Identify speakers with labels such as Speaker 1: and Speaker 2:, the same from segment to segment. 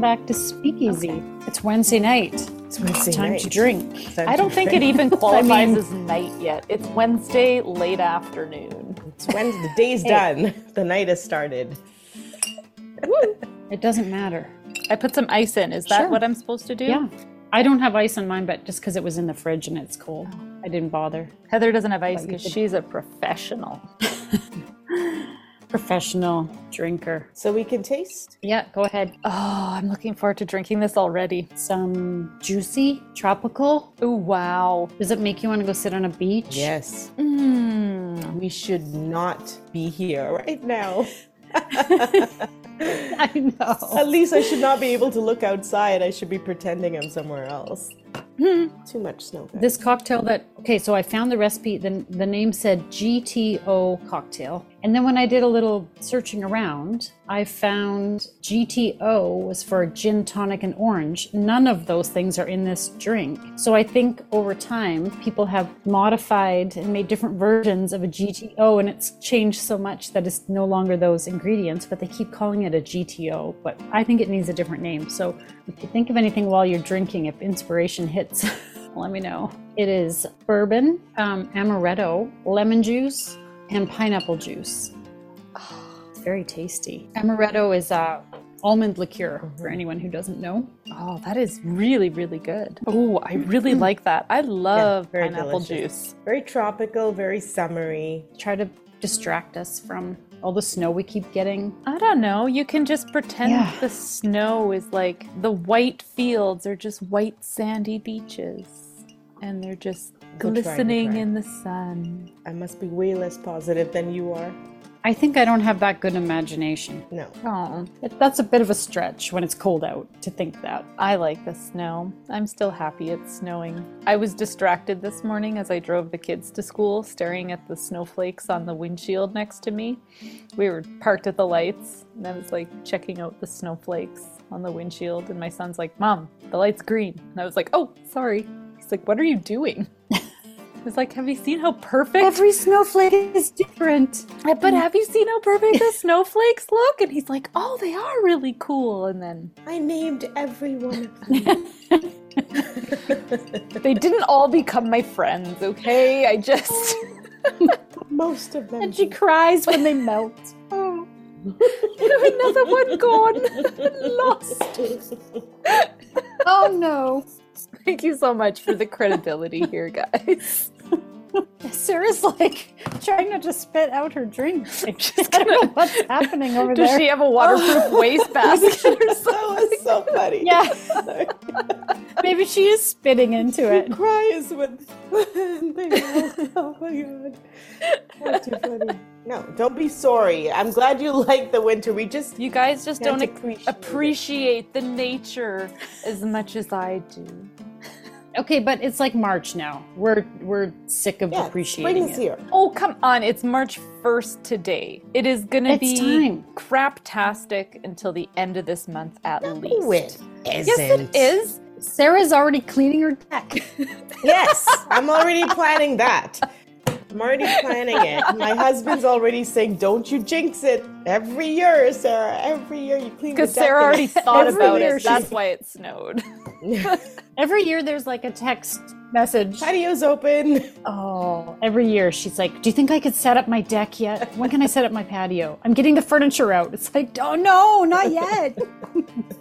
Speaker 1: back to Speakeasy. It's Wednesday night. It's
Speaker 2: Wednesday
Speaker 1: time to
Speaker 2: night.
Speaker 1: drink.
Speaker 2: Time
Speaker 1: I
Speaker 2: to
Speaker 1: don't think
Speaker 2: drink.
Speaker 1: it even
Speaker 3: qualifies
Speaker 1: qualifies as
Speaker 3: as night yet. It's Wednesday late afternoon.
Speaker 2: It's when the day's done. The night has started.
Speaker 1: It doesn't matter.
Speaker 3: I put some ice in. Is that
Speaker 1: Sure.
Speaker 3: what I'm supposed to do?
Speaker 1: Yeah. I don't have ice on mine, but just because it was in the fridge and it's cold, I didn't bother.
Speaker 3: Heather doesn't have ice
Speaker 1: you
Speaker 3: because
Speaker 1: could-
Speaker 3: she's a professional.
Speaker 1: Professional drinker.
Speaker 2: So we can taste.
Speaker 1: Yeah, go ahead.
Speaker 3: Oh, I'm looking forward to drinking this already.
Speaker 1: Some juicy, tropical.
Speaker 3: Oh wow.
Speaker 1: Does it make you want to go sit on a beach?
Speaker 2: Yes.
Speaker 3: Mm.
Speaker 2: We should not be here right now.
Speaker 1: I know.
Speaker 2: At least I should not be able to look outside. I should be pretending I'm somewhere else.
Speaker 1: Hmm.
Speaker 2: Too much snow. guys.
Speaker 1: This cocktail that okay, so I found the recipe. The the name said GTO cocktail, and then when I did a little searching around, I found GTO was for gin tonic and orange. None of those things are in this drink. So I think over time people have modified and made different versions of a GTO, and it's changed so much that it's no longer those ingredients, but they keep calling it a GTO. But I think it needs a different name. So if you think of anything while you're drinking, if inspiration hits. let me know. It is bourbon, um, amaretto, lemon juice, and pineapple juice. Ah, it's very tasty. Amaretto is uh, almond liqueur for anyone who doesn't know.
Speaker 3: Oh, that is really, really good. Oh, I really like that. I love
Speaker 2: very
Speaker 3: pineapple
Speaker 2: delicious.
Speaker 3: juice.
Speaker 2: Very tropical, very summery.
Speaker 1: Try to distract us from all the snow we keep getting.
Speaker 3: I don't know. You can just pretend
Speaker 1: Yeah.
Speaker 3: the snow is like the white fields are just white sandy beaches and they're just
Speaker 2: Good try, good
Speaker 3: glistening
Speaker 2: try.
Speaker 3: in the sun.
Speaker 2: I must be way less positive than you are.
Speaker 1: I think I don't have that good imagination.
Speaker 2: No.
Speaker 3: Oh,
Speaker 1: It, that's a bit of a stretch when it's cold out to think that.
Speaker 3: I like the snow. I'm still happy it's snowing. I was distracted this morning as I drove the kids to school, staring at the snowflakes on the windshield next to me. We were parked at the lights, and I was like checking out the snowflakes on the windshield. And my son's like, Mom, the light's green. And I was like, Oh, sorry. He's like, What are you doing? He's like, Have you seen how perfect?
Speaker 1: Every snowflake is different.
Speaker 3: I- but have you seen how perfect the snowflakes look? And he's like, Oh, they are really cool. And then
Speaker 2: I named every one of them.
Speaker 3: They didn't all become my friends, okay? I just
Speaker 2: Most of them.
Speaker 1: And she cries when they melt. Oh.
Speaker 3: another one gone, lost.
Speaker 1: oh no.
Speaker 3: Thank you so much for the credibility here, guys.
Speaker 1: Sarah's like trying not to spit out her drink. Like, I don't know what's happening over
Speaker 3: Does
Speaker 1: there.
Speaker 3: she have a waterproof wastebasket or something?
Speaker 2: That was so funny.
Speaker 1: yeah,
Speaker 2: Sorry.
Speaker 1: maybe she is spitting into it.
Speaker 2: Cries when they melt. Oh my god. That's too funny. No, don't be sorry. I'm glad you like the winter. We just
Speaker 3: You guys just
Speaker 2: Can't
Speaker 3: don't ac-
Speaker 2: appreciate it.
Speaker 3: appreciate the nature as much as I do.
Speaker 1: Okay, but it's like March now. We're we're sick of
Speaker 2: yeah,
Speaker 1: appreciating
Speaker 2: spring is
Speaker 1: it.
Speaker 2: here.
Speaker 3: Oh, come on. It's March 1st today. It is going to
Speaker 1: It's
Speaker 3: be
Speaker 1: time.
Speaker 3: craptastic until the end of this month at least.
Speaker 2: isn't.
Speaker 3: Yes, it is.
Speaker 1: Sarah's already cleaning her deck.
Speaker 2: Yes, I'm already planning that. I'm already planning it. My husband's already saying, "Don't you jinx it." Every year, Sarah. Every year you clean. the
Speaker 3: Because
Speaker 2: deck
Speaker 3: Sarah
Speaker 2: and-
Speaker 3: already thought
Speaker 2: Every
Speaker 3: about
Speaker 2: year
Speaker 3: it.
Speaker 2: she-
Speaker 3: That's why it snowed.
Speaker 1: Every year there's like a text message.
Speaker 2: Patio's open.
Speaker 1: Oh, every year she's like, "Do you think I could set up my deck yet? When can I set up my patio? I'm getting the furniture out." It's like, "Oh no, not yet."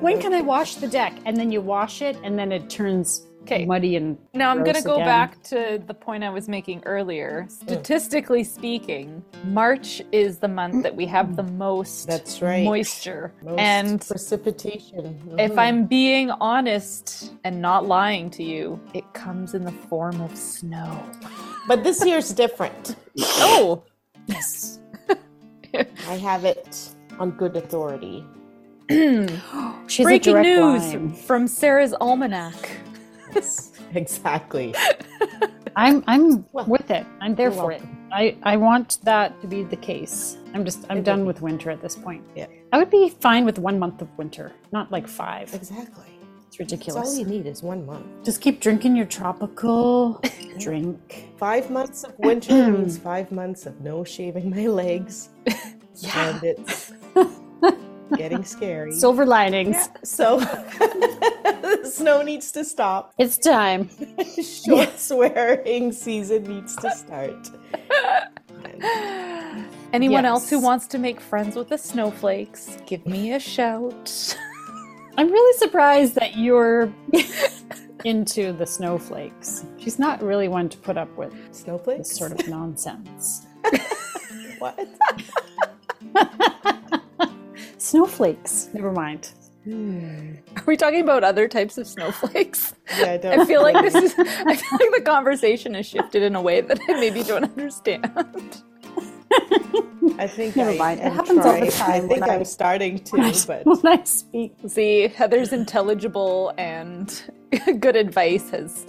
Speaker 1: when can I wash the deck? And then you wash it, and then it turns
Speaker 3: 'Kay.
Speaker 1: muddy and.
Speaker 3: Now I'm going to
Speaker 1: gross
Speaker 3: go
Speaker 1: again.
Speaker 3: back to the point I was making earlier. Statistically speaking, March is the month that we have the most
Speaker 2: That's right.
Speaker 3: moisture.
Speaker 2: Most
Speaker 3: and
Speaker 2: precipitation.
Speaker 3: if I'm being honest and not lying to you, it comes in the form of snow.
Speaker 2: But this year's different.
Speaker 3: Oh,
Speaker 1: Yes.
Speaker 2: I have it on good authority.
Speaker 1: She has a
Speaker 3: breaking
Speaker 1: direct
Speaker 3: news
Speaker 1: line.
Speaker 3: from Sarah's Almanac.
Speaker 2: exactly.
Speaker 1: I'm I'm
Speaker 2: Well,
Speaker 1: with it. I'm there
Speaker 2: you're
Speaker 1: for it. I I want that to be the case. I'm just I'm
Speaker 2: It
Speaker 1: done
Speaker 2: will
Speaker 1: with winter at this point.
Speaker 2: Yeah.
Speaker 1: I would be fine with one month of winter, not like five.
Speaker 2: Exactly.
Speaker 1: It's
Speaker 2: That's
Speaker 1: ridiculous.
Speaker 2: all you need is one month.
Speaker 1: Just keep drinking your tropical drink.
Speaker 2: Five months of winter means five months of no shaving my legs.
Speaker 3: Yeah.
Speaker 2: And it's getting scary.
Speaker 1: Silver linings.
Speaker 2: so snow needs to stop.
Speaker 1: It's time.
Speaker 2: Shorts wearing season needs to start.
Speaker 3: Anyone else who
Speaker 1: Yes.
Speaker 3: wants to make friends with the snowflakes, give me a shout.
Speaker 1: I'm really surprised that you're into the snowflakes. She's not really one to put up with
Speaker 2: Snowflakes?
Speaker 1: this sort of nonsense.
Speaker 2: what?
Speaker 1: Snowflakes. Never mind.
Speaker 3: Are we talking about other types of snowflakes?
Speaker 2: Yeah, I don't
Speaker 3: I feel like this is I feel like the conversation has shifted in a way that I maybe don't understand.
Speaker 2: I think
Speaker 4: Never
Speaker 2: I
Speaker 4: mind. It
Speaker 2: am
Speaker 4: happens all the
Speaker 2: trying.
Speaker 4: time
Speaker 2: I think
Speaker 4: when I-
Speaker 2: I'm starting to, but
Speaker 1: When I speak,
Speaker 3: See, Heather's intelligible and good advice has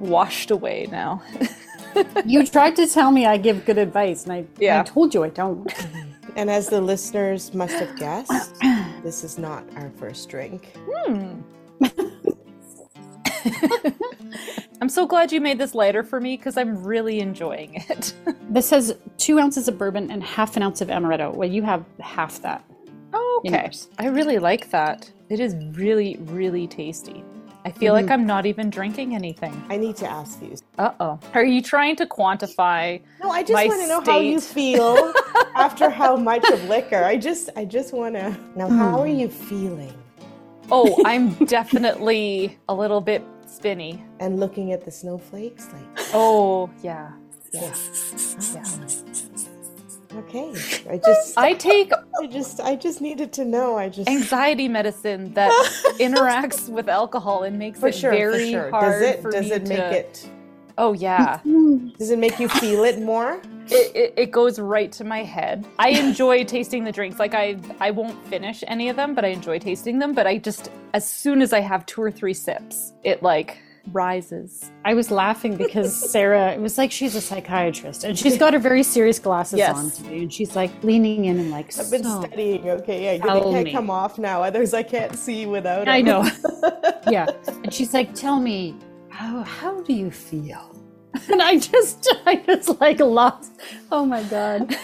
Speaker 3: washed away now.
Speaker 1: you tried to tell me I give good advice, and I,
Speaker 3: Yeah.
Speaker 1: I told you I don't.
Speaker 2: and as the listeners must have guessed, this is not our first drink.
Speaker 3: I'm so glad you made this lighter for me because I'm really enjoying it.
Speaker 1: This has two ounces of bourbon and half an ounce of amaretto. Well, you have half that. Oh,
Speaker 3: Okay.
Speaker 1: Yours.
Speaker 3: I really like that. It is really, really tasty. I feel like I'm not even drinking anything.
Speaker 2: I need to ask you.
Speaker 3: Uh oh. Are you trying to quantify?
Speaker 2: No, I just
Speaker 3: My
Speaker 2: want to know how you
Speaker 3: state.
Speaker 2: feel after how much of liquor. I just, I just want to. Now,
Speaker 4: Hmm.
Speaker 2: how are you feeling?
Speaker 3: Oh, I'm definitely a little bit spinny.
Speaker 2: And looking at the snowflakes, like,
Speaker 3: Oh, yeah.
Speaker 2: yeah,
Speaker 3: Yeah.
Speaker 2: okay. I just,
Speaker 3: I take
Speaker 2: I just, I just needed to know. I just,
Speaker 3: anxiety medicine that interacts with alcohol and makes
Speaker 2: for
Speaker 3: it
Speaker 2: sure, for
Speaker 3: very
Speaker 2: sure.
Speaker 3: hard
Speaker 2: Does it,
Speaker 3: for
Speaker 2: does
Speaker 3: me
Speaker 2: it make
Speaker 3: to.
Speaker 2: it?
Speaker 3: Oh, yeah.
Speaker 2: Does it make you feel it more?
Speaker 3: it, it, it goes right to my head. I enjoy tasting the drinks. Like I I won't finish any of them, but I enjoy tasting them. But I just as soon as I have two or three sips, it like rises.
Speaker 1: I was laughing because Sarah, it was like she's a psychiatrist and she's got her very serious glasses
Speaker 3: Yes.
Speaker 1: on today. And she's like leaning in and like,
Speaker 2: I've been
Speaker 1: "So."
Speaker 2: studying. Okay, yeah, they
Speaker 1: Tell
Speaker 2: can't
Speaker 1: me.
Speaker 2: come off now. Others I can't see without.
Speaker 1: I
Speaker 2: them.
Speaker 1: know. yeah. And she's like, tell me, how, how do you feel? And I just, I just like lost. Oh my God.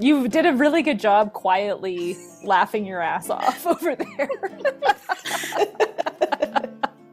Speaker 3: You did a really good job quietly laughing your ass off over there.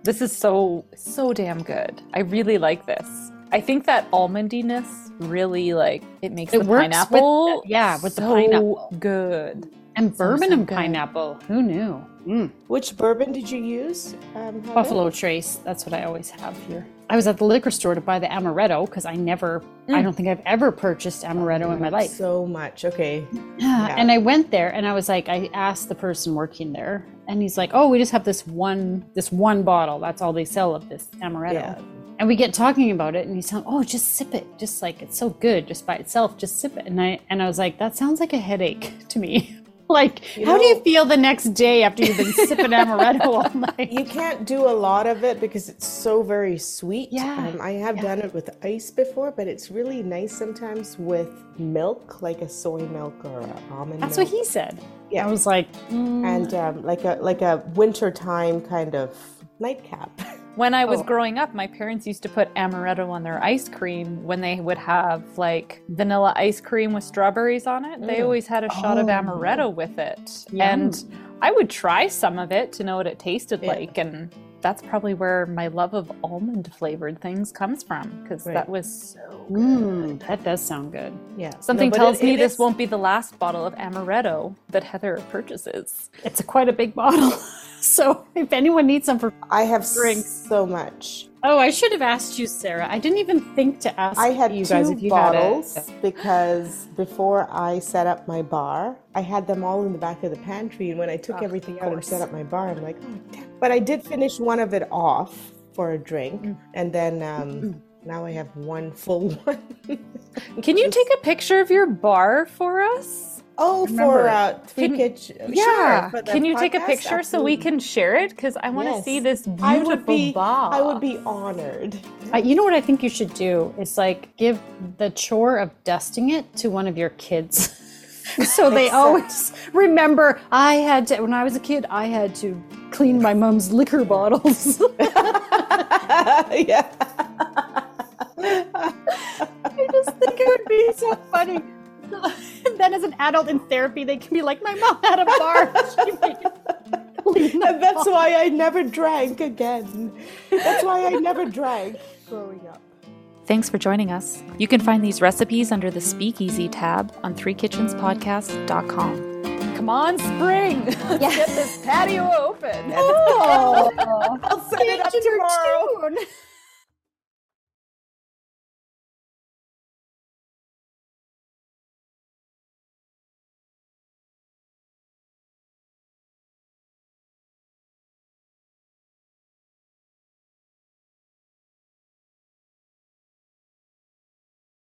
Speaker 3: this is so so damn good. I really like this. I think that almondiness really like it makes
Speaker 1: It
Speaker 3: the
Speaker 1: works with the-
Speaker 3: pineapple
Speaker 1: yeah, with the
Speaker 3: so
Speaker 1: pineapple.
Speaker 3: good.
Speaker 1: And bourbon
Speaker 3: so
Speaker 1: and
Speaker 3: good.
Speaker 1: pineapple. Who knew? Mm.
Speaker 2: Which bourbon did you use? Um, Heather?
Speaker 1: Buffalo Trace. That's what I always have here. I was at the liquor store to buy the amaretto because I never, I don't think I've ever purchased amaretto in my life.
Speaker 2: Mm. So much. Okay.
Speaker 1: Yeah. And I went there and I was like, I asked the person working there, and he's like, Oh, we just have this one this one bottle. That's all they sell of this amaretto.
Speaker 2: Yeah.
Speaker 1: And we get talking about it and he's telling, Oh, just sip it. Just like it's so good just by itself. Just sip it. And I and I was like, That sounds like a headache to me. like, how do you
Speaker 2: know-
Speaker 1: feel the next day after you've been sipping amaretto all night?
Speaker 2: You can't do a lot of it because it's so very sweet.
Speaker 1: Yeah,
Speaker 2: Um, I have done it with ice before, but it's really nice sometimes with milk, like a soy milk or a almond
Speaker 1: That's what
Speaker 2: milk.
Speaker 1: he said.
Speaker 2: Yeah.
Speaker 1: I was like, "Mm,
Speaker 2: and um, like a like a wintertime kind of nightcap.
Speaker 3: When I was
Speaker 1: Oh.
Speaker 3: growing up, my parents used to put amaretto on their ice cream when they would have like vanilla ice cream with strawberries on it.
Speaker 2: Mm.
Speaker 3: They always had a shot of
Speaker 1: Oh.
Speaker 3: amaretto with it.
Speaker 1: Yum.
Speaker 3: And I would try some of it to know what it tasted
Speaker 2: Yeah.
Speaker 3: like. And that's probably where my love of almond flavored things comes from because
Speaker 2: Right.
Speaker 3: that was so good.
Speaker 1: mm, that does sound good.
Speaker 2: Yeah.
Speaker 3: Something
Speaker 2: No, but
Speaker 3: tells
Speaker 2: it-
Speaker 3: me
Speaker 2: it
Speaker 3: this
Speaker 2: is-
Speaker 3: won't be the last bottle of amaretto that Heather purchases.
Speaker 1: It's a quite a big bottle. so if anyone needs some for
Speaker 2: I have
Speaker 1: drink.
Speaker 2: so much.
Speaker 1: Oh, I should have asked you, Sarah. I didn't even think to ask
Speaker 2: I had
Speaker 1: you
Speaker 2: two
Speaker 1: guys if you
Speaker 2: bottles
Speaker 1: had it.
Speaker 2: because before I set up my bar, I had them all in the back of the pantry. And when I
Speaker 3: Oh,
Speaker 2: took everything out and set up my bar, I'm like, oh, damn. but I did finish one of it off for a drink,
Speaker 3: Mm.
Speaker 2: and then um, now I have one full one.
Speaker 3: Can you take a picture of your bar for us?
Speaker 2: oh, for uh, three
Speaker 3: Can-
Speaker 2: kitchen.
Speaker 3: Yeah.
Speaker 2: sure, for the
Speaker 3: can you take a
Speaker 2: podcast?
Speaker 3: picture so we
Speaker 2: Absolutely.
Speaker 3: can share it? Because I want to
Speaker 2: Yes.
Speaker 3: see this beautiful
Speaker 2: I would be.
Speaker 3: bar.
Speaker 2: I would be honored.
Speaker 1: Uh, you know what I think you should do is like give the chore of dusting it to one of your kids. so they always remember I had to when I was a kid I had to clean my mom's liquor bottles.
Speaker 2: yeah.
Speaker 1: I just think it would be so funny. then as an adult in therapy, they can be like, my mom had a bar. She made it leave my
Speaker 2: And that's why I never drank again. That's why I never drank growing up.
Speaker 3: Thanks for joining us. You can find these recipes under the Speakeasy tab on threekitchenspodcast.com. Come on, spring! Let's get this patio open.
Speaker 1: I'll send
Speaker 2: it up tomorrow.
Speaker 1: Tune.